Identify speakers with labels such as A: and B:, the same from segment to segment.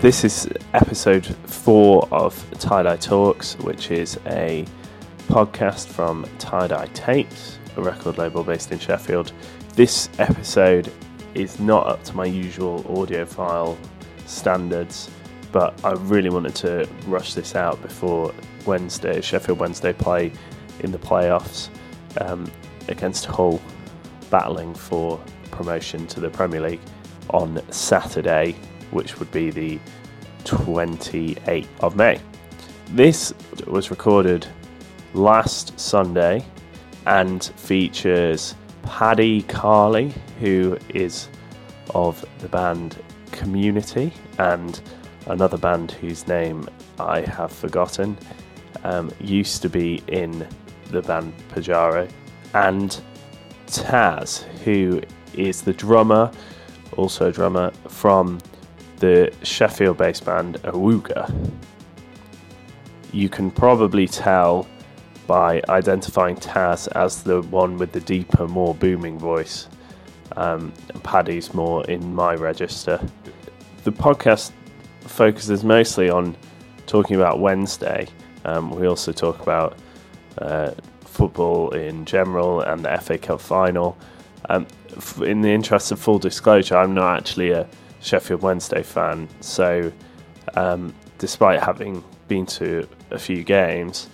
A: This is episode four of Tie Dye Talks, which is a podcast from Tie Dye Tapes, a record label based in Sheffield. This episode is not up to my usual audiophile standards, but I really wanted to rush this out before Wednesday, Sheffield Wednesday play in the playoffs um, against Hull, battling for promotion to the Premier League on Saturday, which would be the 28th of May. This was recorded last Sunday and features Paddy Carley, who is of the band Community, and another band whose name I have forgotten, um, used to be in the band Pajaro, and Taz, who is the drummer, also a drummer from the Sheffield based band Awooga. You can probably tell by identifying Taz as the one with the deeper, more booming voice. Um, Paddy's more in my register. The podcast focuses mostly on talking about Wednesday. Um, we also talk about uh, football in general and the FA Cup final. Um, f- in the interest of full disclosure, I'm not actually a Sheffield Wednesday fan, so um, despite having been to a few games,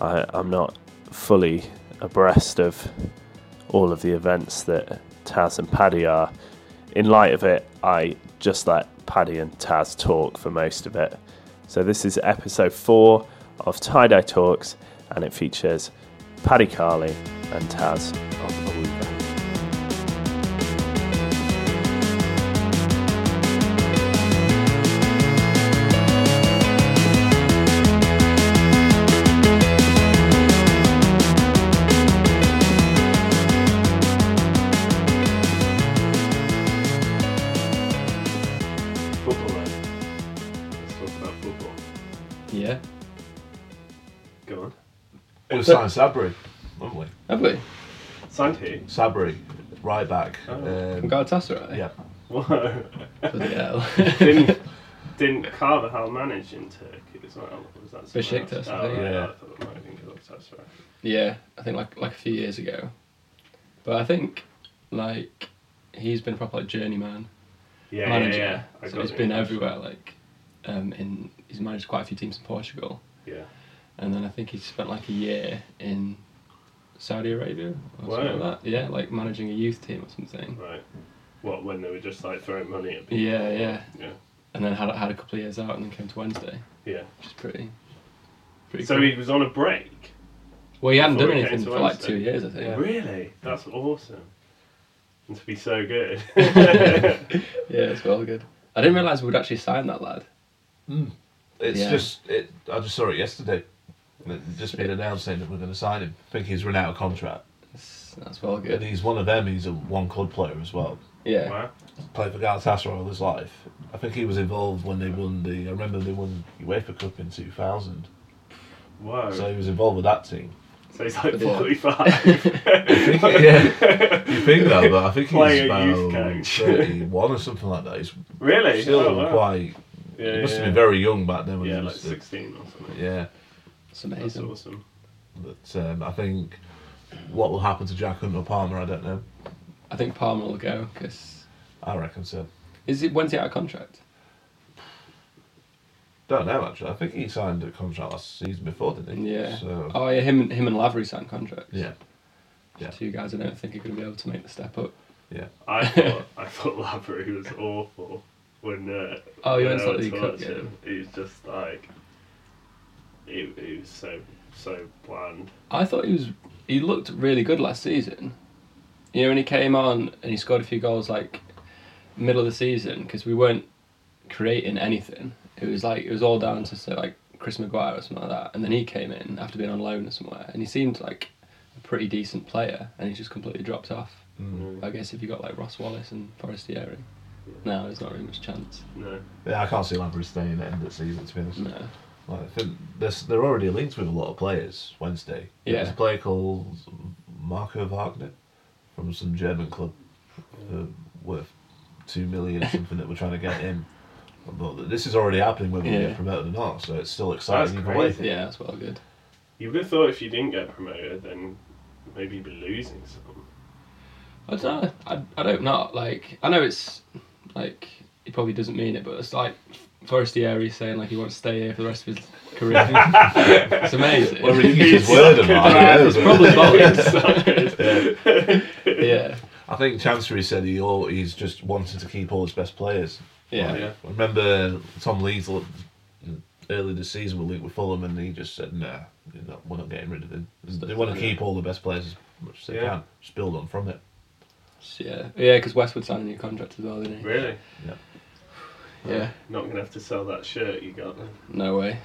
A: I, I'm not fully abreast of all of the events that Taz and Paddy are. In light of it, I just let Paddy and Taz talk for most of it. So this is episode four of Tie Dye Talks, and it features Paddy Carley and Taz of Awooga. Football then. Let's talk about football.
B: Yeah.
A: Go on.
C: We signed Sabri, haven't we?
B: Have we?
A: Signed who?
C: Sabri, right back.
A: Oh.
C: Um,
B: We got a Tasserai?
C: yeah.
A: Whoa.
B: Bloody hell.
A: didn't didn't Carvajal manage in Turkey as well? Was that someone else?
B: Besiktas,
A: Oh,
B: I
A: right,
B: think.
C: Yeah.
A: I thought it might have been Galatasaray.
B: yeah, I think like like a few years ago. But I think like he's been a proper like journeyman
A: Yeah,
B: manager.
A: yeah, yeah.
B: So he's been everywhere, like um in he's managed quite a few teams in Portugal.
A: Yeah.
B: And then I think he spent like a year in Saudi Arabia or something
A: Wow.
B: like that. Yeah, like managing a youth team or something.
A: Right. What when they were just like throwing money at people?
B: Yeah, yeah.
A: Yeah.
B: And then had had a couple of years out and then came to Wednesday,
A: Yeah.
B: which is pretty pretty
A: So
B: cool.
A: he was on a break.
B: Well he hadn't
A: before
B: done
A: he came
B: anything
A: to
B: for like
A: Wednesday.
B: two years I think.
A: Really? That's awesome. And to be so good.
B: Yeah, it's well good. I didn't realise we'd actually sign that lad.
C: It's
B: Yeah.
C: just, it, I just saw it yesterday. It just been announced saying that we're going to sign him. I think he's run out of contract.
B: That's, that's well
C: And
B: good.
C: he's one of them, he's a one club player as well.
B: Yeah.
A: wow.
C: Played for Galatasaray all his life. I think he was involved when they won the, I remember they won the UEFA Cup in 2000.
A: Whoa.
C: So he was involved with that team.
A: So he's like
B: Yeah.
A: 45.
C: yeah. You think that, but I think he's
A: Playing a youth
C: about
A: coach.
C: 31 or something like that. He's
A: really?
C: still
A: Oh, wow.
C: quite,
A: Yeah,
C: he must
A: yeah.
C: have been very young back then. When
A: Yeah,
C: he
A: like
C: was the-
A: 16 or something.
C: Yeah,
B: It's
A: That's
B: amazing.
A: awesome.
C: but um, I think what will happen to Jack Hunt or Palmer, I don't know.
B: I think Palmer will go because
C: I reckon so.
B: is it when's he out of contract?
C: Don't know actually. I think he signed a contract last season before, didn't he?
B: Yeah.
C: So
B: Oh yeah, him and him and Lavery signed contracts.
C: yeah,
B: Just Two guys I don't think are going to be able to make the step up.
C: yeah.
A: I thought I thought Lavery was awful when. Uh,
B: Oh, you
A: when
B: went
A: I
B: to the
A: was
B: League Cup
A: watching.
B: game.
A: He was just like. He, he was so so bland.
B: I thought he was he looked really good last season. You know when he came on and he scored a few goals like middle of the season because we weren't creating anything. It was like it was all down to say like Chris Maguire or something like that. And then he came in after being on loan or somewhere and he seemed like a pretty decent player and he just completely dropped off. I guess if you got like Ross Wallace and Forestieri, no, there's not really much chance.
A: No.
C: Yeah, I can't see Lampard staying at the end of the season. To be honest,
B: No.
C: like, I think there's, they're already linked with a lot of players. Wednesday,
B: Yeah.
C: there's a player called Marco Wagner from uh, some German club for worth two million something that we're trying to get him. But this is already happening whether we
B: Yeah.
C: get promoted or not, so it's still
D: That's
C: exciting either way.
D: crazy.
B: Yeah, that's well good.
D: You would have thought if you didn't get promoted, then maybe you'd be losing some.
B: I don't know. I, I hope not. Like, I know it's like he probably doesn't mean it, but it's like Forestieri saying like he wants to stay here for the rest of his career. it's amazing.
C: Whether he keeps his word or not, I don't
B: it's
C: know,
B: probably
C: but-
B: both.
D: yeah.
B: yeah,
C: I think Chancery said he all, he's just wanted to keep all his best players.
B: yeah,
D: Yeah.
C: I remember Tom Leeds l- early this season with Luke with Fulham, and he just said, "Nah, you're not, we're not getting rid of him. They want to keep all the best players as much as they
D: Yeah.
C: can. Just build on from it."
B: yeah, yeah. Because Westwood signed a new contract as well, didn't he?
D: Really?
B: Yeah.
D: Not going to have to sell that shirt you got then.
B: No way.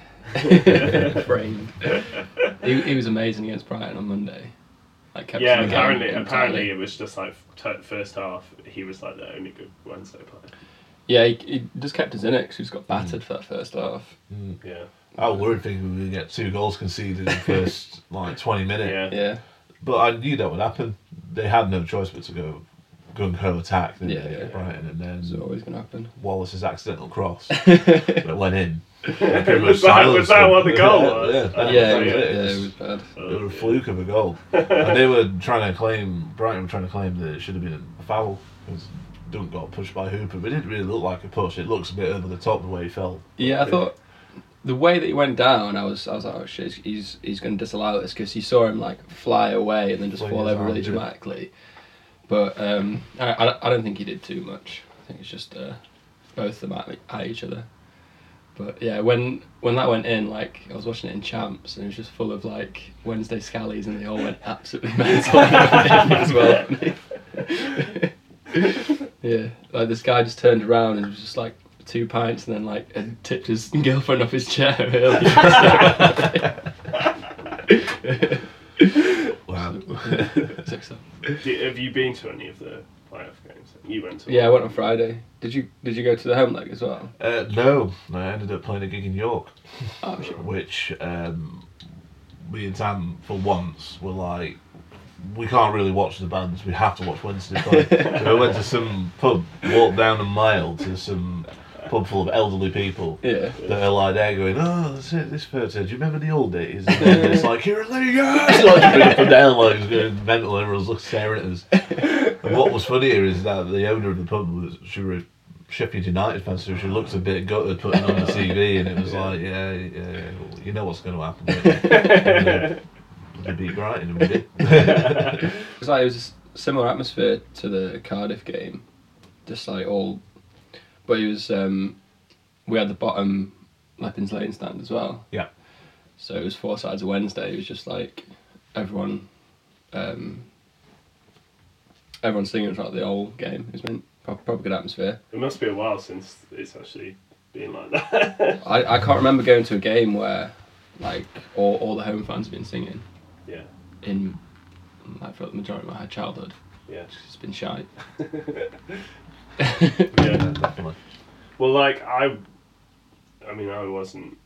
B: Framed. he, he was amazing against Brighton on Monday. Like kept
D: yeah,
B: them in the game
D: apparently,
B: entirely.
D: apparently it was just like t- first half, he was like the only good Wednesday player.
B: Yeah, he, he just kept us in it because he just got battered for that first half.
D: Yeah.
C: I worried thinking we would get two goals conceded in the first like twenty minutes,
D: Yeah.
B: Yeah,
C: but I knew that would happen. They had no choice but to go gung ho attack, didn't
B: Yeah,
C: they,
B: yeah.
C: at Brighton, and then
B: it's always gonna happen.
C: Wallace's accidental cross that went in. Pretty much
D: Was that- was
C: silenced
D: that
C: them.
D: what the goal was?
C: yeah,
D: Yeah,
C: that-
B: Yeah,
C: that
B: it was,
C: was it.
B: yeah, it was bad.
C: It was a fluke of a goal. and they were trying to claim, Brighton were trying to claim that it should have been a foul because Dunk got pushed by Hooper, but it didn't really look like a push. It looks a bit over the top the way he fell.
B: Yeah, I thought the way that he went down, I was, I was like, oh shit, he's he's going to disallow this because he saw him like fly away and then just
C: Well,
B: fall
C: yeah,
B: over really
C: yeah.
B: dramatically. But um, I, I, I don't think he did too much. I think it's just uh, both of them at, at each other. But yeah, when when that went in, like I was watching it in champs, and it was just full of like Wednesday scallies, and they all went absolutely mental as well. yeah, like this guy just turned around and was just like two pints, and then like and tipped his girlfriend off his chair. earlier.
C: Wow.
B: It's excellent.
D: Do- have you been to any of the playoff games? You went to
B: yeah, I
D: one.
B: went on Friday. Did you did you go to the home leg as well?
C: uh, no, I ended up playing a gig in York,
B: Oh, sure.
C: which um, me and Tam, for once, were like, we can't really watch the bands, we have to watch Wednesday play. so we went to some pub, walked down a mile to some pub full of elderly people.
B: Yeah.
C: They're like there going, oh, that's it, this photo. Do you remember the old days? And then it's like you're a It's like jumping up and down, like it's going mental. Everyone's looking staring at us. And what was funnier is that the owner of the pub was she was a Sheffield United fan, so she looked a bit gutted putting on the TV, and it was like, yeah, yeah, yeah, well, you know what's going to happen. don't you?" And then They beat Brighton, and we did.
B: It was like it was a s- similar atmosphere to the Cardiff game, just like all, but it was um, we had the bottom Leppin's Lane stand as well.
C: Yeah.
B: So it was four sides of Wednesday. It was just like everyone, um, everyone singing throughout the whole game. It was meant pro- proper good atmosphere.
D: It must be a while since it's actually been like that.
B: I, I can't remember going to a game where like all, all the home fans have been singing
D: yeah.
B: in like for the majority of my childhood.
D: Yeah.
B: It's been shite.
D: Yeah.
C: Definitely.
D: Well, like I, I mean, I wasn't,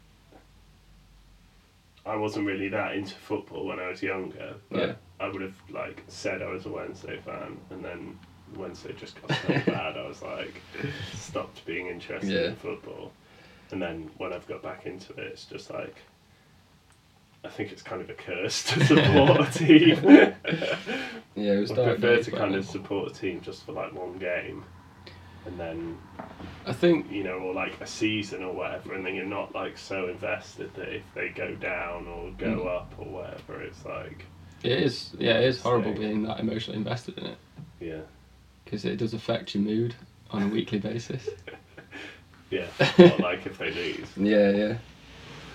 D: I wasn't really that into football when I was younger. But
B: Yeah.
D: I would have like said I was a Wednesday fan, and then Wednesday just got so bad. I was like, stopped being interested
B: Yeah.
D: in football. And then when I've got back into it, it's just like, I think it's kind of a curse to support a team.
B: Yeah, it was
D: I
B: dark
D: prefer
B: days um,
D: to
B: back
D: kind
B: then.
D: of support a team just for like one game, and then
B: I think
D: you know, or like a season or whatever, and then you're not like so invested that if they go down or go
B: Mm.
D: up or whatever, it's like,
B: It is, yeah, it is horrible
D: Sick.
B: being that emotionally invested in it
D: yeah,
B: because it does affect your mood on a weekly basis.
D: yeah. or like if they lose,
B: Yeah, yeah,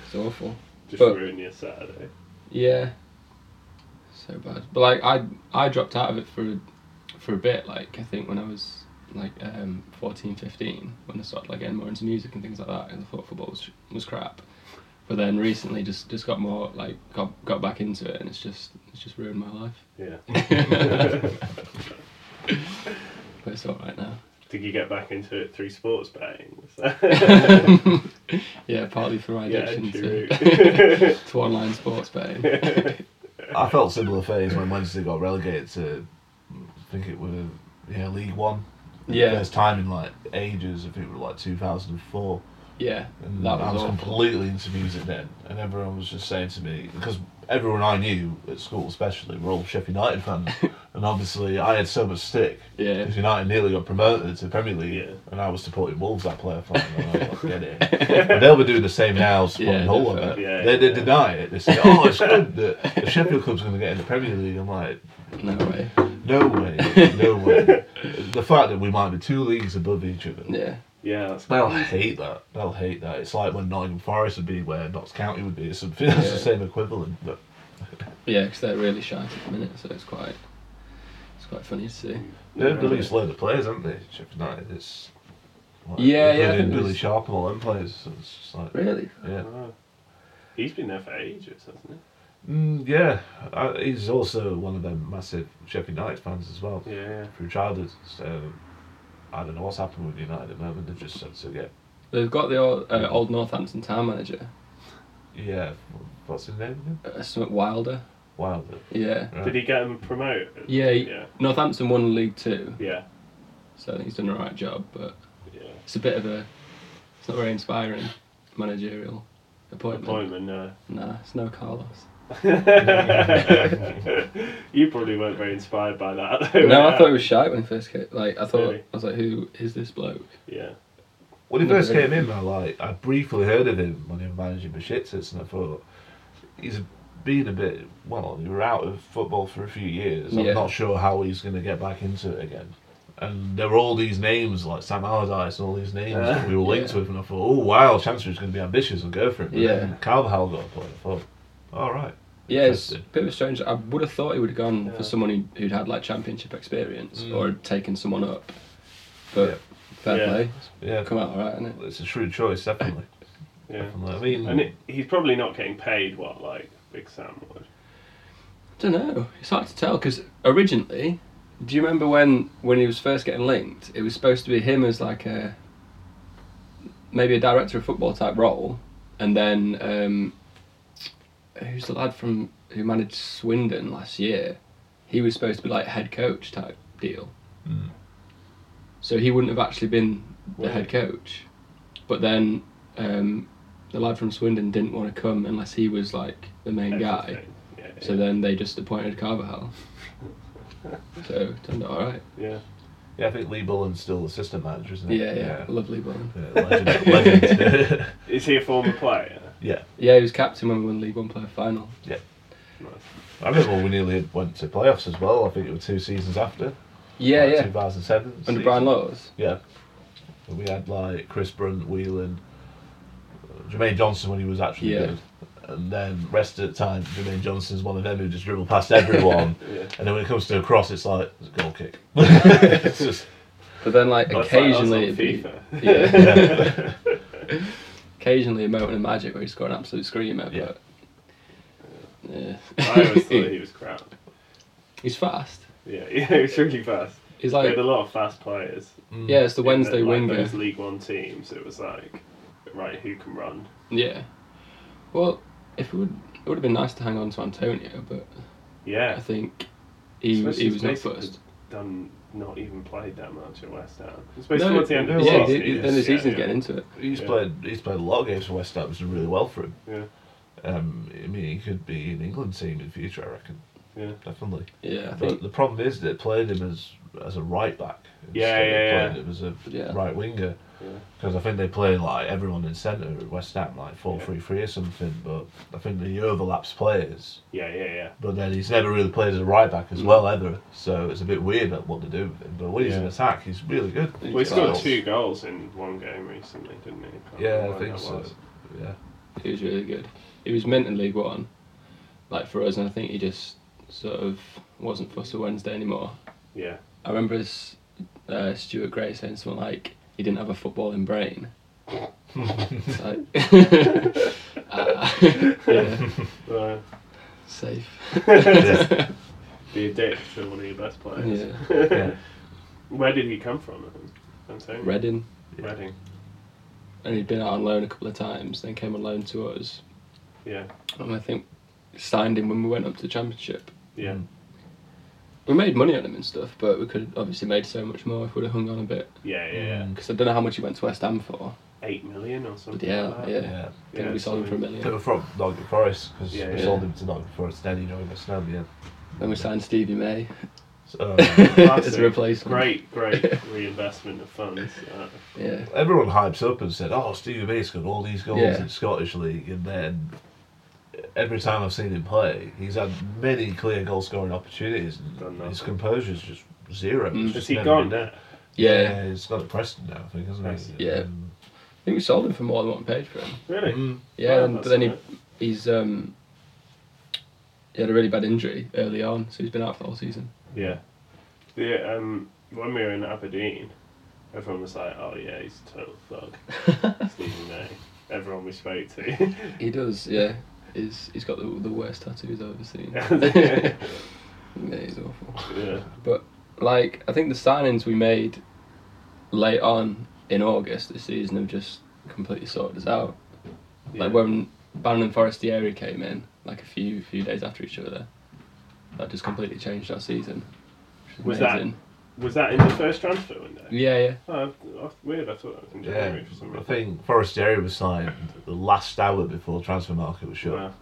B: it's awful.
D: just
B: But-
D: ruin your Saturday.
B: Yeah, so bad. But like, I I dropped out of it for a, for a bit. Like, I think when I was like um, 14, 15, when I started like getting more into music and things like that, and I thought football was was crap. But then recently, just just got more like got got back into it, and it's just it's just ruined my life.
D: Yeah.
B: But it's all right now.
D: Did you get back into it through sports betting?
B: yeah, partly for my
D: yeah,
B: addiction
D: true.
B: to, to online sports um, betting.
C: I felt similar phase when Wednesday got relegated to, I think it was yeah League One, for
B: Yeah.
C: the first time in like ages. I think it was like 2004.
B: Yeah,
C: And
B: that
C: I
B: was
C: was
B: awful.
C: completely into music then, and everyone was just saying to me because everyone I knew at school, especially, were all Sheffield United fans, and obviously I had so much stick
B: yeah,
C: because United nearly got promoted to Premier League,
D: Yeah.
C: and I was supporting Wolves that playoff final. And I was like, get it. But they'll be doing the same now, supporting
B: Yeah,
C: Hull. I bet.
B: definitely.
D: Yeah,
C: they, they
D: yeah.
C: deny it. They say, "Oh, it's good that the Sheffield club's going to get in the Premier League." I'm like,
B: no way.
C: "No way, no way." the fact that we might be two leagues above each other.
B: Yeah,
D: Yeah, that's
C: They'll hate that. They'll hate that. It's like when Nottingham Forest would be where Notts County would be. It's, something, it's
B: Yeah.
C: the same equivalent. But
B: yeah, because they're really shy at the minute, so it's quite, it's quite funny to see.
C: they've released loads of players, haven't they? Sheffield United. It's like,
B: Yeah,
C: they've
B: yeah, I
C: really-
B: think
C: Really
B: there's-
C: sharp and all them players. So it's just like,
B: Really?
C: yeah.
D: Oh. He's been there for ages, hasn't
C: Mm, yeah, uh, he's also one of them massive Sheffield United fans as well
D: he? Yeah.
C: through childhood. So I don't know what's happened with United at the moment. They've just said to get
B: They've got the old, uh, old Northampton town manager,
C: yeah. What's his name again?
B: uh, Smith Wilder.
C: Wilder.
B: Yeah,
C: Right.
D: Did he get him promoted?
B: Yeah, he-
D: Yeah.
B: Northampton won League Two,
D: Yeah.
B: so I think he's done an alright job, but
D: yeah.
B: it's a bit of a, it's not very inspiring managerial appointment.
D: Appointment, uh,
B: Nah, it's no Carlos.
D: you probably weren't very inspired by that. though,
B: No,
D: were
B: I
D: you?
B: thought it was shite when it first came. Like I thought,
D: uh, Really?
B: I was like, who is this bloke?
D: Yeah.
C: When he
B: Never
C: first
B: heard
C: came in, I like I briefly heard of him when he was managing Besiktas, and I thought he's been a bit well. You were out of football for a few years. I'm
B: Yeah.
C: not sure how he's going to get back into it again. And there were all these names like Sam Allardyce and all these names
D: Uh,
C: that we were linked
B: yeah.
C: with, and I thought, oh wow, Chancery's going to be ambitious and go for it. But
B: Yeah.
C: then Carvajal got a point. I thought, all right.
B: Yeah, it's a
C: Interesting.
B: bit of a strange. I would have thought he would have gone
D: Yeah.
B: for someone who'd, who'd had like championship experience
C: Mm.
B: or had taken someone up. But
C: Yeah.
B: fair
D: Yeah.
B: play,
C: Yeah,
B: come out alright, innit?
C: it's a shrewd choice, definitely.
D: Yeah.
C: definitely. I mean,
D: And it, he's probably not getting paid what, like, Big Sam would.
B: don't know. It's hard to tell because originally, do you remember when when he was first getting linked? It was supposed to be him as like a maybe a director of football type role, and then um, who's the lad from who managed Swindon last year? He was supposed to be like head coach type deal.
C: Mm.
B: So he wouldn't have actually been the
D: Really?
B: head coach, but then um, the lad from Swindon didn't want to come unless he was like the main guy.
D: Yeah.
B: So then they just appointed Carvajal. so it turned out all right.
D: yeah.
C: yeah, I think Lee Bullen's still assistant manager, isn't he?
B: Yeah, yeah, lovely one.
C: yeah. legend, legend.
D: Is he a former player?
C: yeah.
B: Yeah, he was captain when we won League One player final.
D: Nice.
C: I remember we nearly went to playoffs as well. I think it was two seasons after.
B: Yeah,
C: like
B: yeah,
C: 2007.
B: under
C: season.
B: Brian Laws.
C: Yeah. And we had like Chris Brunt, Whelan, uh, Jermaine Johnson when he was actually
B: Yeah.
C: good. And then rest of the time, Jermaine Johnson's one of them who just dribble past everyone.
D: Yeah.
C: and then when it comes to a cross, it's like, it's a goal kick. it's just,
B: But then, like,
D: That's like us on
B: occasionally, it'd be-
D: FIFA.
B: yeah,
C: yeah.
B: occasionally a moment of magic where he scored an absolute screamer.
C: Yeah.
B: But yeah,
D: I always thought he was crap.
B: he's fast.
D: Yeah, yeah, he was really fast.
B: He's
D: They
B: like,
D: had a lot of fast players.
C: Mm.
B: yeah, it's the Wednesday
D: in the, like,
B: winger.
D: Those League One teams, it was like, right, who can run?
B: Yeah. Well, if it would, it would have been nice to hang on to Antonio, but I
D: Yeah.
B: think he
D: Especially
B: he was
D: he's
B: not
D: basically
B: first.
D: Done not even played that much at West Ham. It's
B: No,
D: basically towards the end of the
B: yeah,
C: well,
B: he
D: season.
B: did-
C: he
B: then the
C: is,
B: season's getting into it.
C: He's
D: Yeah.
C: played. He's played a lot of games for West Ham. It's done really well for him.
D: Yeah.
C: Um, I mean, he could be an England team in the future. I reckon.
D: Yeah.
C: Definitely.
B: Yeah, I think
C: But the problem is they played him as as a right back. instead
D: Yeah,
C: of
D: yeah,
C: Playing him as a
B: Yeah.
C: right winger.
D: Yeah.
C: Because I think they play like everyone in centre at West Ham, like four
D: Yeah.
C: three three or something. But I think he overlaps players.
D: Yeah, yeah, yeah.
C: But then he's never really played as a right back
D: Mm.
C: as well ever. So it's a bit weird at what to do with him. But when he's in
D: Yeah.
C: attack, he's really good.
D: Well, he scored
C: Goals.
D: two goals in one game recently, didn't he? Can't
C: Yeah,
D: remember
C: I
D: when
C: think
D: that
C: so.
D: was.
C: Yeah.
B: he was really good. He was meant in League One, like for us, and I think he just sort of wasn't fussed with Wednesday anymore.
D: Yeah,
B: I remember his, uh, Stuart Gray saying something like, he didn't have a footballing brain. It's like, Ah, yeah,
D: Well,
B: safe.
C: Yeah.
D: be a dick to one of your best players.
B: Yeah.
C: Yeah.
D: Where did he come from? Antonio?
B: Reading,
D: Reading.
B: and he'd been out on loan a couple of times, then came on loan to us,
D: Yeah,
C: Mm.
D: Mm.
B: and I think signed him when we went up to the Championship.
D: yeah.
B: We made money on him and stuff, but we could have obviously made so much more if we'd have hung on a bit.
D: Yeah, yeah, yeah.
C: Mm.
B: Because I don't know how much he went to West Ham for.
D: Eight million or something.
B: Yeah,
D: like that.
B: yeah.
C: Yeah.
B: I think we sold him for a million.
C: They were from Nottingham Forest because
D: Yeah,
C: we
B: yeah.
C: sold him to Nottingham Forest. Then he joined us now, yeah.
B: Then we signed Stevie May
C: So,
B: as
D: Classic.
B: a replacement.
D: Great, great reinvestment of funds. Uh,
B: Yeah.
C: everyone hypes up and said, "Oh, Stevie May scored all these goals
B: Yeah.
C: in Scottish league," and then every time I've seen him play, he's had many clear goal scoring opportunities.
D: Done
C: And
D: nothing.
C: his composure's just zero.
B: Mm.
C: It's
D: has
C: just
D: he
C: never
D: gone
C: been there.
D: there?
B: yeah.
C: Yeah, he's gone to Preston now, I think,
D: Nice.
C: hasn't he?
B: Yeah.
C: Um,
B: I think we sold him for more than what we paid for him.
D: Really?
C: mm,
B: Yeah,
D: Wow,
B: and, but
D: that's
B: then he,
D: alright.
B: he's um, he had a really bad injury early on, so he's been out for the whole season.
D: Yeah. The um when we were in Aberdeen, everyone was like, "Oh yeah, he's a total thug." Stephen May. Everyone we spoke to.
B: He does, yeah. He's he's got the, the worst tattoos I've ever seen.
D: yeah.
B: yeah, he's awful. Like I think the signings we made late on in August this season have just completely sorted us out.
D: yeah.
B: Like when Bannon and Forestieri came in, like a few few days after each other, that just completely changed our season. which is
D: Was that-
B: amazing.
D: Was that in the first transfer window?
B: Yeah, yeah.
D: Oh, I- I- weird. I thought that was in
C: yeah.
D: January for some
C: I
D: reason.
C: think Forestieri was signed the last hour before transfer market was shut.
D: Wow.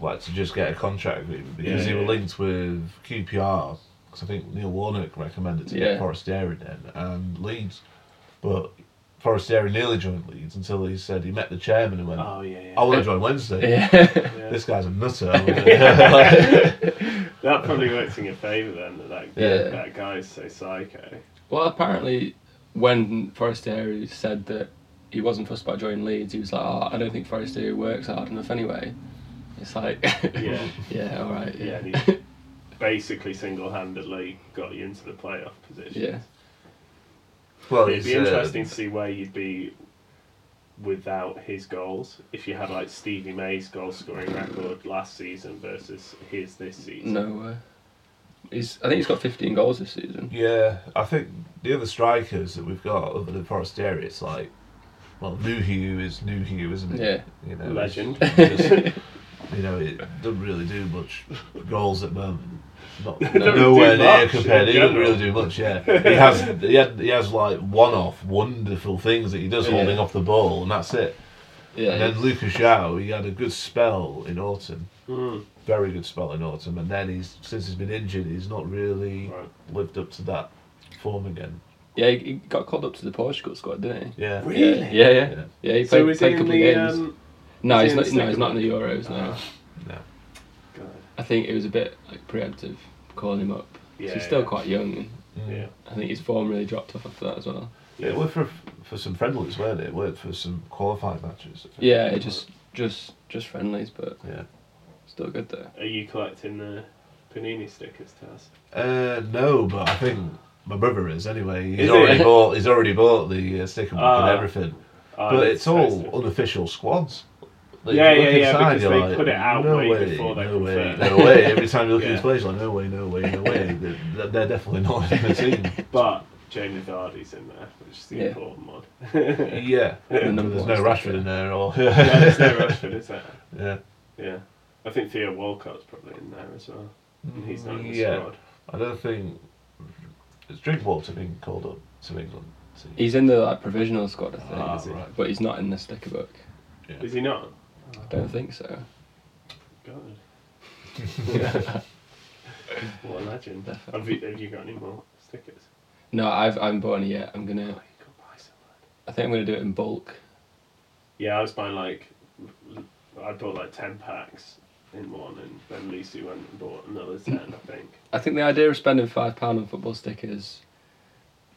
C: like to just get a contract with him because
D: Yeah,
C: he
D: yeah,
C: was
D: yeah.
C: linked with QPR because I think Neil Warnock recommended to
B: Yeah.
C: get Forestieri then and Leeds, but Forestieri nearly joined Leeds until he said he met the chairman and went,
D: Oh yeah, yeah.
C: "I want to join Wednesday."
B: Yeah.
D: Yeah.
C: This guy's a nutter. I wanna-
D: That probably works in your favour then. That that,
B: Yeah.
D: that guy's so psycho.
B: Well, apparently, when Forestieri said that he wasn't fussed about joining Leeds, he was like, oh, I don't think Forestieri works hard enough anyway. It's like,
D: Yeah,
B: yeah, all right. Yeah.
D: yeah. And he basically single-handedly got you into the playoff position.
B: Yeah.
C: well,
D: It'd be
C: he's, uh,
D: interesting to see where you'd be without his goals. If you had like Stevie May's goal scoring record last season versus his this season.
B: no, uh, he's, I think he's got 15 goals this season.
C: Yeah, I think the other strikers that we've got other than Forestieri, it's like, well, Nuhu is Nuhu,
D: Hmm.
C: isn't it?
B: Yeah.
C: you know, it's-
D: Legend.
C: you know, it doesn't really do much goals at the moment. Not,
D: Doesn't
C: nowhere
D: do
C: near
D: much
C: compared.
D: in
C: He doesn't
D: general.
C: really do much. Yeah, he has. He, had, he has like one-off wonderful things that he does
B: Yeah.
C: holding off the ball, and that's it.
B: Yeah.
C: And then Lucas Zhao, he had a good spell in autumn,
D: Mm.
C: very good spell in autumn, and then he's since he's been injured, he's not really
D: Right.
C: lived up to that form again.
B: yeah, he- he got called up to the Portugal squad, didn't he?
C: Yeah.
D: Really?
B: Yeah, yeah. Yeah,
C: Yeah.
B: he played,
D: So is he
B: played a
D: in
B: couple
D: the?
B: of games.
D: Um,
B: no, he's
D: is he in
B: not,
D: the
B: no, he's not in the
D: second Ah.
B: Euros, no.
C: No.
D: God,
B: I think it was a bit like preemptive calling him up. 'Cause
D: Yeah,
B: he's still
D: yeah.
B: quite young, and
C: Mm.
D: yeah.
B: I think his form really dropped off after that as well.
C: It worked for for some friendlies, weren't it? It worked for some qualified matches. I think.
B: Yeah, it just just just friendlies, but
C: Yeah.
B: still good though.
D: Are you collecting the panini stickers, Taz?
C: Uh, no, but I think my brother is anyway. He's
D: Is he?
C: already bought. He's already bought the uh, sticker book
D: Ah.
C: and everything.
D: Oh,
C: but
D: that's
C: it's all
D: supposed to-
C: unofficial squads. Like,
D: Yeah,
C: if you
D: yeah,
C: look
D: yeah,
C: inside,
D: because
C: you're
D: they
C: like,
D: put it out
C: no
D: way
C: way,
D: before they
C: no way,
D: confirm.
C: no way. Every time you look
D: Yeah.
C: at his place, like no way, no way, no way. they're, they're definitely not in the team.
D: But Jamie Vardy's in there, which is the
B: Yeah.
D: important one. yeah,
C: Yeah,
B: The number
C: there's
B: one
C: no
B: sticker.
C: Rashford in there, or
D: there's no Rashford, is there?
C: yeah,
D: uh, Yeah. I think Theo Walcott's probably in there as well. And he's not in the
C: yeah.
D: squad.
C: I don't think it's Drinkwater being called up to England. to-
B: He's in the like provisional squad, I think,
C: Ah,
B: is he?
C: right.
B: but he's not in the sticker book.
C: Yeah.
D: Is he not?
B: I don't think so.
D: God. what a legend. Have you, have you got any more stickers?
B: No, I've I haven't bought any yet. I'm
D: Oh, you
B: gonna.
D: could buy some.
B: I think I'm gonna do it in bulk.
D: Yeah, I was buying like, I bought like 10 packs in one, and then Lucy went and bought another 10, I think.
B: I think the idea of spending five pound on football stickers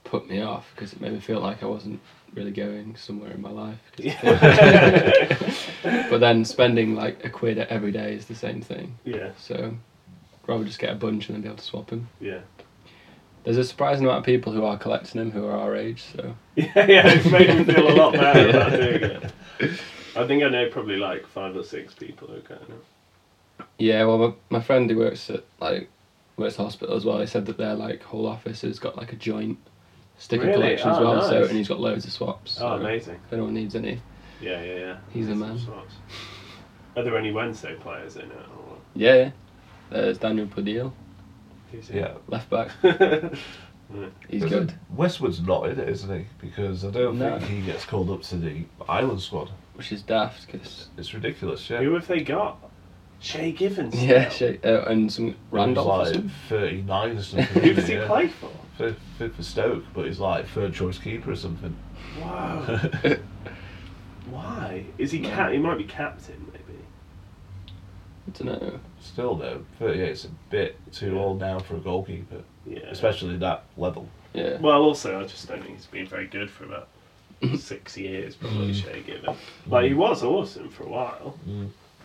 B: put me off because it made me feel like I wasn't really going somewhere in my life. 'cause I thought- but then spending like a quid every day is the same thing.
D: Yeah,
B: So rather just get a bunch and then be able to swap them.
D: yeah.
B: There's a surprising amount of people who are collecting them who are our age, so
D: Yeah, yeah, it's made me feel a lot better about doing it. I think I know probably like five or six people who kind of.
B: yeah. Well, my, my friend who works at like works at the hospital as well. He said that their like whole office has got like a joint sticker
D: Really?
B: collection as
D: Oh,
B: well. So
D: nice.
B: and he's got loads of swaps.
D: Oh,
B: so
D: amazing.
B: If anyone needs any,
D: Yeah, yeah, yeah.
B: He's the
D: Some
B: man.
D: sorts. Are there any Wednesday players in it? Or...
B: yeah. yeah. There's Daniel Padil.
D: is he?
C: Yeah.
B: Uh, Left back. He's
C: Is
B: good.
C: it- Westwood's not in it, isn't he? Because I don't
B: No.
C: think he gets called up to the Ireland squad.
B: Which is daft because.
C: It's ridiculous, yeah.
D: Who have they got? Shay Givens.
B: Yeah, shit, uh, and some Randolph. or
C: He's like
B: something.
C: 39 or something.
D: Who
C: isn't
D: does he
C: yeah.
D: play for?
C: Fit, fit for Stoke, but he's like third choice keeper or something.
D: Wow. Why? Is he cap? He might be captain, maybe.
B: I don't know.
C: Still though, 38's a bit too old now for a goalkeeper,
D: Yeah.
C: especially that level.
B: Yeah.
D: Well, also, I just don't think he's been very good for about six years,
B: Hmm.
D: probably, Shay Givens. Like, he was awesome for a while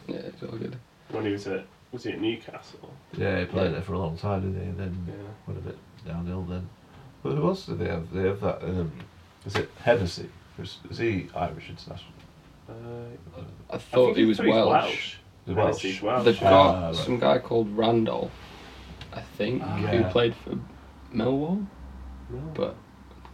B: Yeah, it's all good.
D: when he was at, was he at Newcastle?
C: Yeah, he played
B: Yeah.
C: there for a long time, didn't he? And then went a bit downhill then. But who else do they have? They have that. Um, is it Hennessy? Is is he Irish international?
D: Uh,
B: I
D: I
B: thought
D: think
B: he was
D: he's
B: Welsh.
C: The
D: Hennessy's
C: Welsh.
D: Welsh.
B: They've
D: yeah.
B: got
C: Ah, right.
B: some guy called Randolph, I think,
D: Ah.
B: who
C: Yeah.
B: played for Millwall,
D: No,
B: but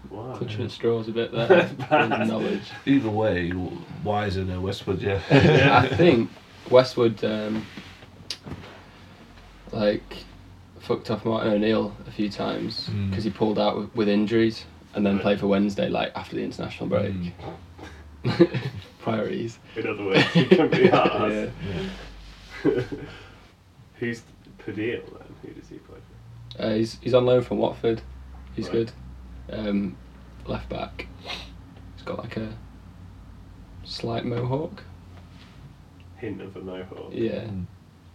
D: why?
B: clutching at straws a bit there for the knowledge.
C: Either way, w- wiser than Westwood, yeah.
B: I think Westwood, um, like, fucked off Martin O'Neill a few times
C: Mm.
B: because he pulled out with, with injuries and then
D: Right.
B: played for Wednesday, like, after the international break.
C: Mm.
B: Priorities.
D: In other words, he can be
B: Yeah.
D: arsed.
C: Yeah.
D: Who's Padil then? Who does he play for?
B: Uh, he's, he's on loan from Watford. He's
D: Right.
B: good. Um, left back. He's got like a slight mohawk.
D: Hint of a mohawk.
B: Yeah,
C: Mm.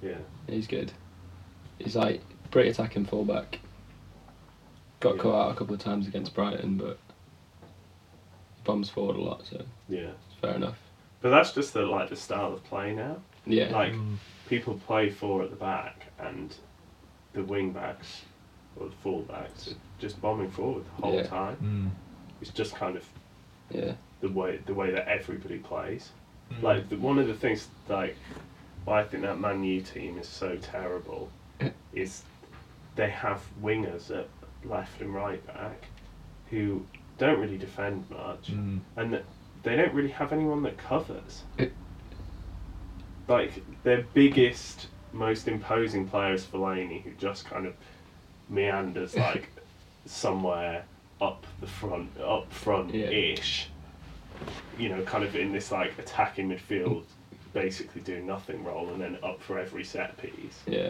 D: Yeah.
B: he's good. He's like pretty attacking fullback. Got
D: Yeah.
B: caught out a couple of times against Brighton, but he bombs forward a lot, so it's
D: Yeah.
B: fair enough.
D: But that's just the like the style of play now.
B: Yeah,
D: Like
C: Mm.
D: people play four at the back and the wing backs or the full backs are just bombing forward the whole
B: Yeah.
D: time.
C: Mm.
D: It's just kind of
B: yeah,
D: the way the way that everybody plays.
C: Mm.
D: Like the, one of the things like why I think that Man U team is so terrible is they have wingers at left and right back who don't really defend much
C: Mm.
D: and that they don't really have anyone that covers.
B: It-
D: like their biggest, most imposing player is Fellaini, who just kind of meanders like somewhere up the front, up front ish. You know, kind of in this like attacking midfield, basically doing nothing role, and then up for every set piece,
B: yeah.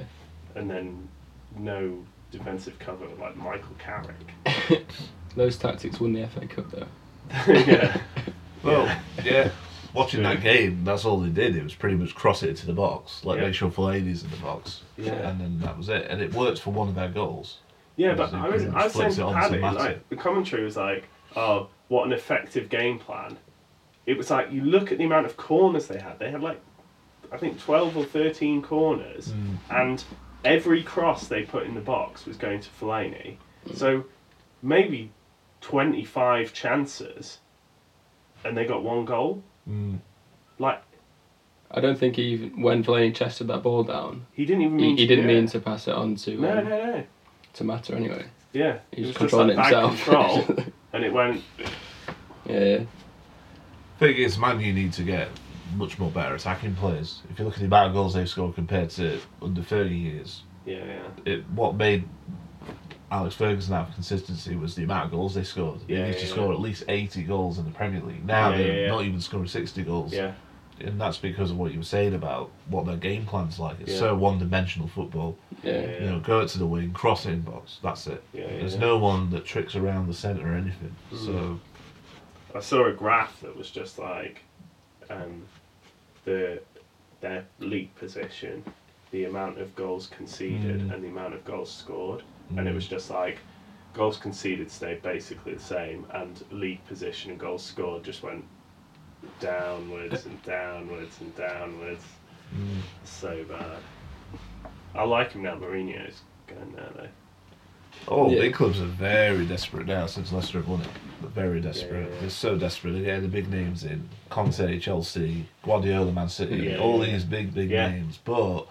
D: and then no defensive cover like Michael Carrick.
B: Those tactics won the FA Cup though.
D: yeah.
C: Well, yeah. Watching that game, that's all they did. It was pretty much cross it to the box, like
D: Yeah.
C: make sure Fellaini's in the box,
D: Yeah.
C: and then that was it. And it worked for one of their goals.
D: Yeah,
C: Because
D: but
C: it-
D: I was,
C: because it
D: I was saying
C: flips it
D: to
C: onto
D: Paddy,
C: Matip.
D: like, the commentary was like, oh, what an effective game plan. It was like, you look at the amount of corners they had. They had like, I think, 12 or 13 corners,
C: Hmm.
D: and every cross they put in the box was going to Fellaini. So maybe 25 chances, and they got one goal.
C: Hmm.
D: Like,
B: I don't think he even when Fellaini chested that ball down,
D: he didn't even
B: he,
D: mean
B: he
D: to
B: didn't
D: do
B: mean
D: it.
B: to pass it on to
D: No,
B: um,
D: no, no.
B: to Matter anyway.
D: Yeah,
B: He
D: it
B: was
D: was just like
B: controlling
D: bad
B: himself.
D: control, and it went,
B: Yeah,
C: Thing is, man, you need to get much more better attacking players. If you look at the amount of goals they've scored compared to under thirty years,
D: yeah, yeah.
C: it what made Alex Ferguson have consistency was the amount of goals they scored.
D: Yeah,
C: they used
D: yeah,
C: to
D: yeah.
C: score at least eighty goals in the Premier League. Now
D: Yeah,
C: they're
D: yeah, yeah.
C: not even scoring sixty goals.
D: Yeah,
C: and that's because of what you were saying about what their game plan's like. It's
D: Yeah.
C: so one-dimensional football.
B: yeah,
C: You know, go out to the wing, cross it in box. That's it.
D: Yeah, yeah,
C: There's
D: yeah. Mm.
C: no one that tricks around the centre or anything. So
D: I saw a graph that was just like um, the their league position, the amount of goals conceded,
C: Mm.
D: and the amount of goals scored, and it was just like goals conceded stayed basically the same, and league position and goals scored just went downwards and downwards and downwards.
C: mm,
D: So bad. I like him now. Mourinho's going there though.
C: all
B: Yeah.
C: big Oh, clubs are very desperate now since Leicester have won it. They're very desperate.
D: yeah.
C: They're so desperate. They're getting the big names in: Conte, Chelsea, Guardiola, Man City.
D: Yeah,
C: all
D: yeah,
C: these big, big
D: Yeah.
C: names. But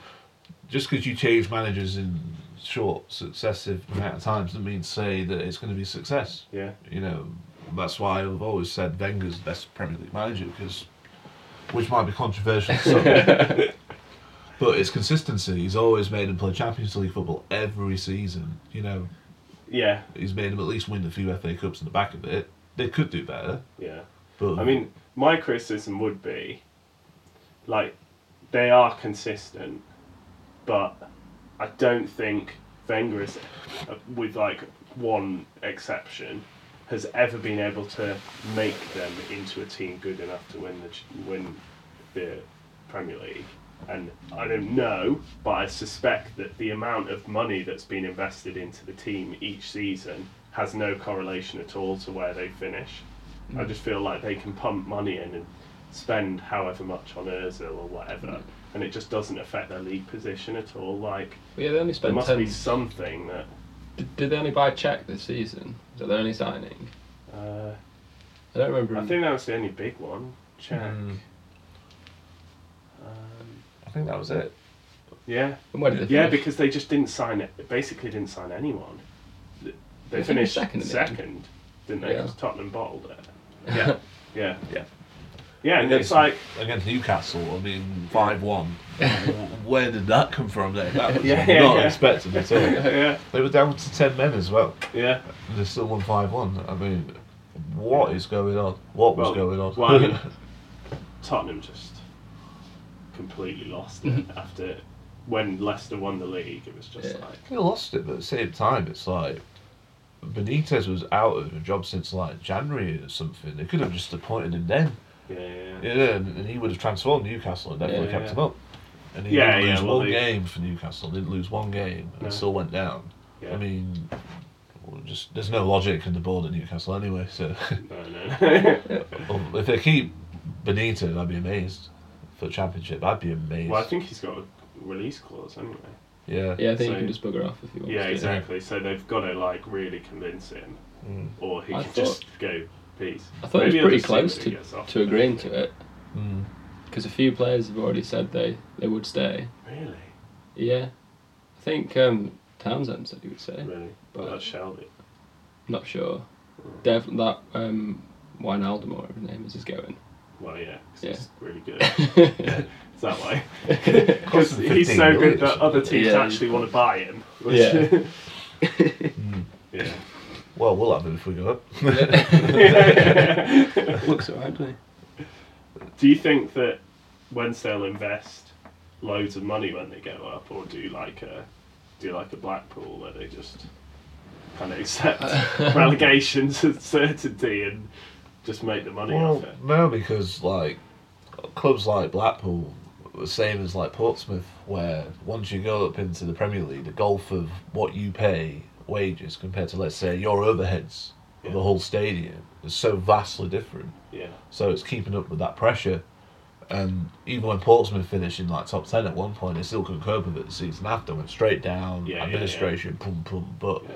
C: just because you change managers in short, successive amount of times, doesn't mean to say that it's going to be success.
D: Yeah.
C: you know, that's why I've always said Wenger's the best Premier League manager because, which might be controversial. to some, But it's consistency. He's always made him play Champions League football every season. You know,
D: Yeah,
C: he's made him at least win a few FA Cups in the back of it. They could do better,
D: yeah.
C: but
D: I mean, my criticism would be, like, they are consistent, but I don't think Wenger is, uh, with like one exception, has ever been able to make them into a team good enough to win the ch- win the Premier League. And I don't know, but I suspect that the amount of money that's been invested into the team each season has no correlation at all to where they finish. I just feel like they can pump money in and spend however much on Ozil or whatever, and it just doesn't affect their league position at all. Like
B: But yeah, they only
D: there
B: spent
D: must
B: ten.
D: be something that.
B: Did, did they only buy Czech this season? Is that their only signing?
D: Uh,
B: I don't remember.
D: I think that was the only big one. Check.
C: Mm.
D: Um,
C: I think that was it.
D: yeah,
B: And where did they
D: yeah,
B: finish?
D: because they just didn't sign it. Basically, didn't sign anyone. They,
B: They
D: finished
B: finished second in the end.
D: second, didn't they?
B: Yeah.
D: 'Cause Tottenham bottled it.
C: Yeah,
D: Yeah,
C: Yeah.
D: yeah, and it's like
C: against Newcastle. I mean, five one. Where did that come from? Then that was
D: Yeah,
C: not
D: yeah, yeah.
C: expected at all.
D: yeah,
C: They were down to ten men as well.
D: yeah.
C: And They still won five one. I mean, what is going on? What was
D: Well,
C: going on?
D: well, I mean- Tottenham just completely lost it after when Leicester won the league. It was just
B: Mm-hmm. Yeah.
D: like
C: They lost it, but at the same time, it's like Benitez was out of a job since like January or something. They could have just appointed him then,
D: yeah, yeah, yeah.
C: you know, and, and he would have transformed Newcastle and definitely
D: Yeah,
C: kept
D: yeah.
C: him up. And he
D: Yeah,
C: didn't
D: yeah,
C: lose
D: well,
C: one
D: they-
C: game for Newcastle. Didn't lose one game and
D: No.
C: still went down.
D: yeah.
C: I mean, well, just there's no logic in the board at Newcastle anyway. So
D: no, no.
C: Well, if they keep Benitez, I'd be amazed for the championship. I'd be amazed.
D: well, I think he's got a release clause anyway.
C: yeah.
B: Yeah, I think
D: So-
B: you can just bugger off if you want.
D: Yeah,
B: to.
D: exactly. So they've got to like really convince him,
C: Mm.
D: or he
B: I
D: can just go peace.
B: I thought
D: Maybe
B: it was pretty
D: he'll
B: close
D: just see
B: to,
D: what he gets off
B: to agreeing to it
C: Mm.
B: because a few players have already said they, they would stay.
D: Really,
B: Yeah, I think um, Townsend said he would stay.
D: really. But
B: But-
D: that's Shelby.
B: Not sure. Definitely that um, Wijnaldum or whatever his name is is going.
D: Well, yeah, 'cause
B: Yeah.
D: he's really good. It's that way.
C: Cost
D: Because
C: them
D: he's
C: 15
D: so good
C: million or
D: that other
B: something.
D: teams
B: Yeah.
D: actually want to buy him. which-
B: Yeah.
D: yeah.
C: Well, we'll have him if we go up.
B: Looks alright, doesn't
D: Do you think that once they'll invest loads of money when they go up, or do like a do like a Blackpool where they just kind of accept relegation's certainty and just make the money
C: Well,
D: off it?
C: no, because like clubs like Blackpool, the same as like Portsmouth, where once you go up into the Premier League, the gulf of what you pay wages compared to let's say your overheads of the
D: Yeah.
C: whole stadium is so vastly different.
D: Yeah,
C: So it's keeping up with that pressure. And even when Portsmouth finished in like top ten at one point, they still couldn't cope with it the season after. Went straight down,
D: Yeah, yeah, yeah.
C: administration, pum pum. But
D: yeah,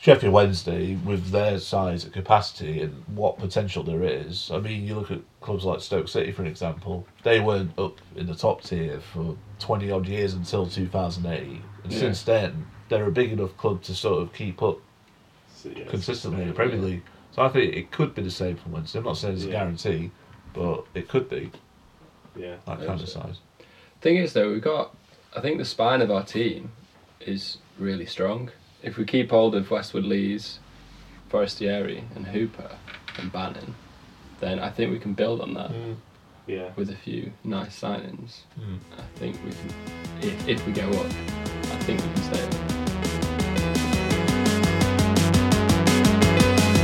C: Sheffield Wednesday, with their size and capacity and what potential there is, I mean, you look at clubs like Stoke City, for example, they weren't up in the top tier for 20 odd years until 2008. And
B: Yeah.
C: since then, they're a big enough club to sort of keep up
D: So, yeah, it's
C: consistently in the
D: sustainable,
C: Premier League. So I think it could be the same for Wednesday. I'm not saying it's a
D: Yeah.
C: guarantee, but it could be
D: Yeah,
C: that kind of size.
B: Thing is, though, we've got. I think the spine of our team is really strong. If we keep hold of Westwood Lees, Forestieri, and Hooper, and Bannon, then I think we can build on that
D: yeah,
B: with a few nice signings.
C: Mm.
B: I think we can. If, if we go up, I think we can stay up.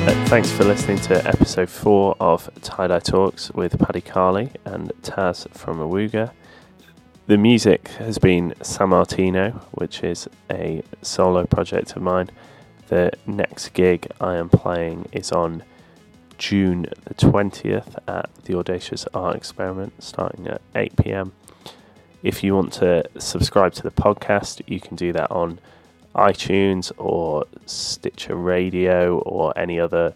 A: Uh, Thanks for listening to episode four of Tie Dye Talks with Paddy Carley and Taz from Awuga. The music has been San Martino, which is a solo project of mine. The next gig I am playing is on June the 20th at the Audacious Art Experiment, starting at 8 pm. If you want to subscribe to the podcast, you can do that on iTunes or Stitcher Radio or any other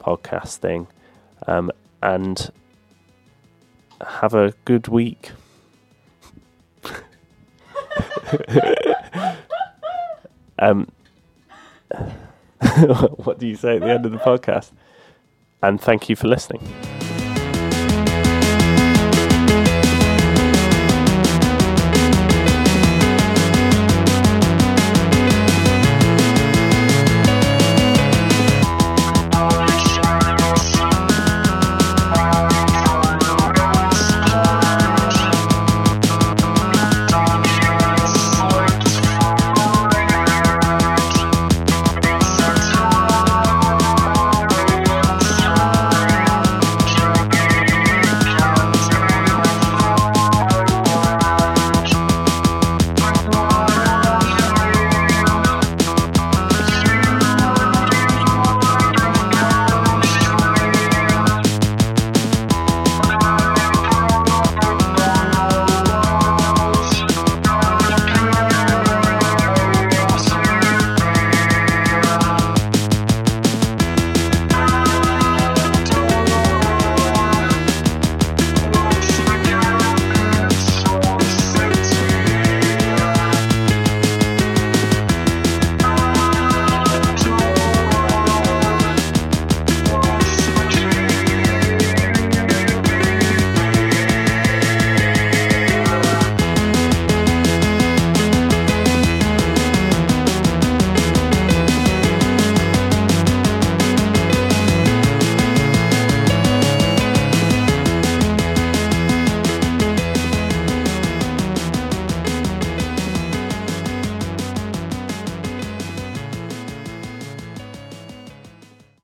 A: podcast thing. Um, and have a good week. um, what do you say at the end of the podcast? And thank you for listening.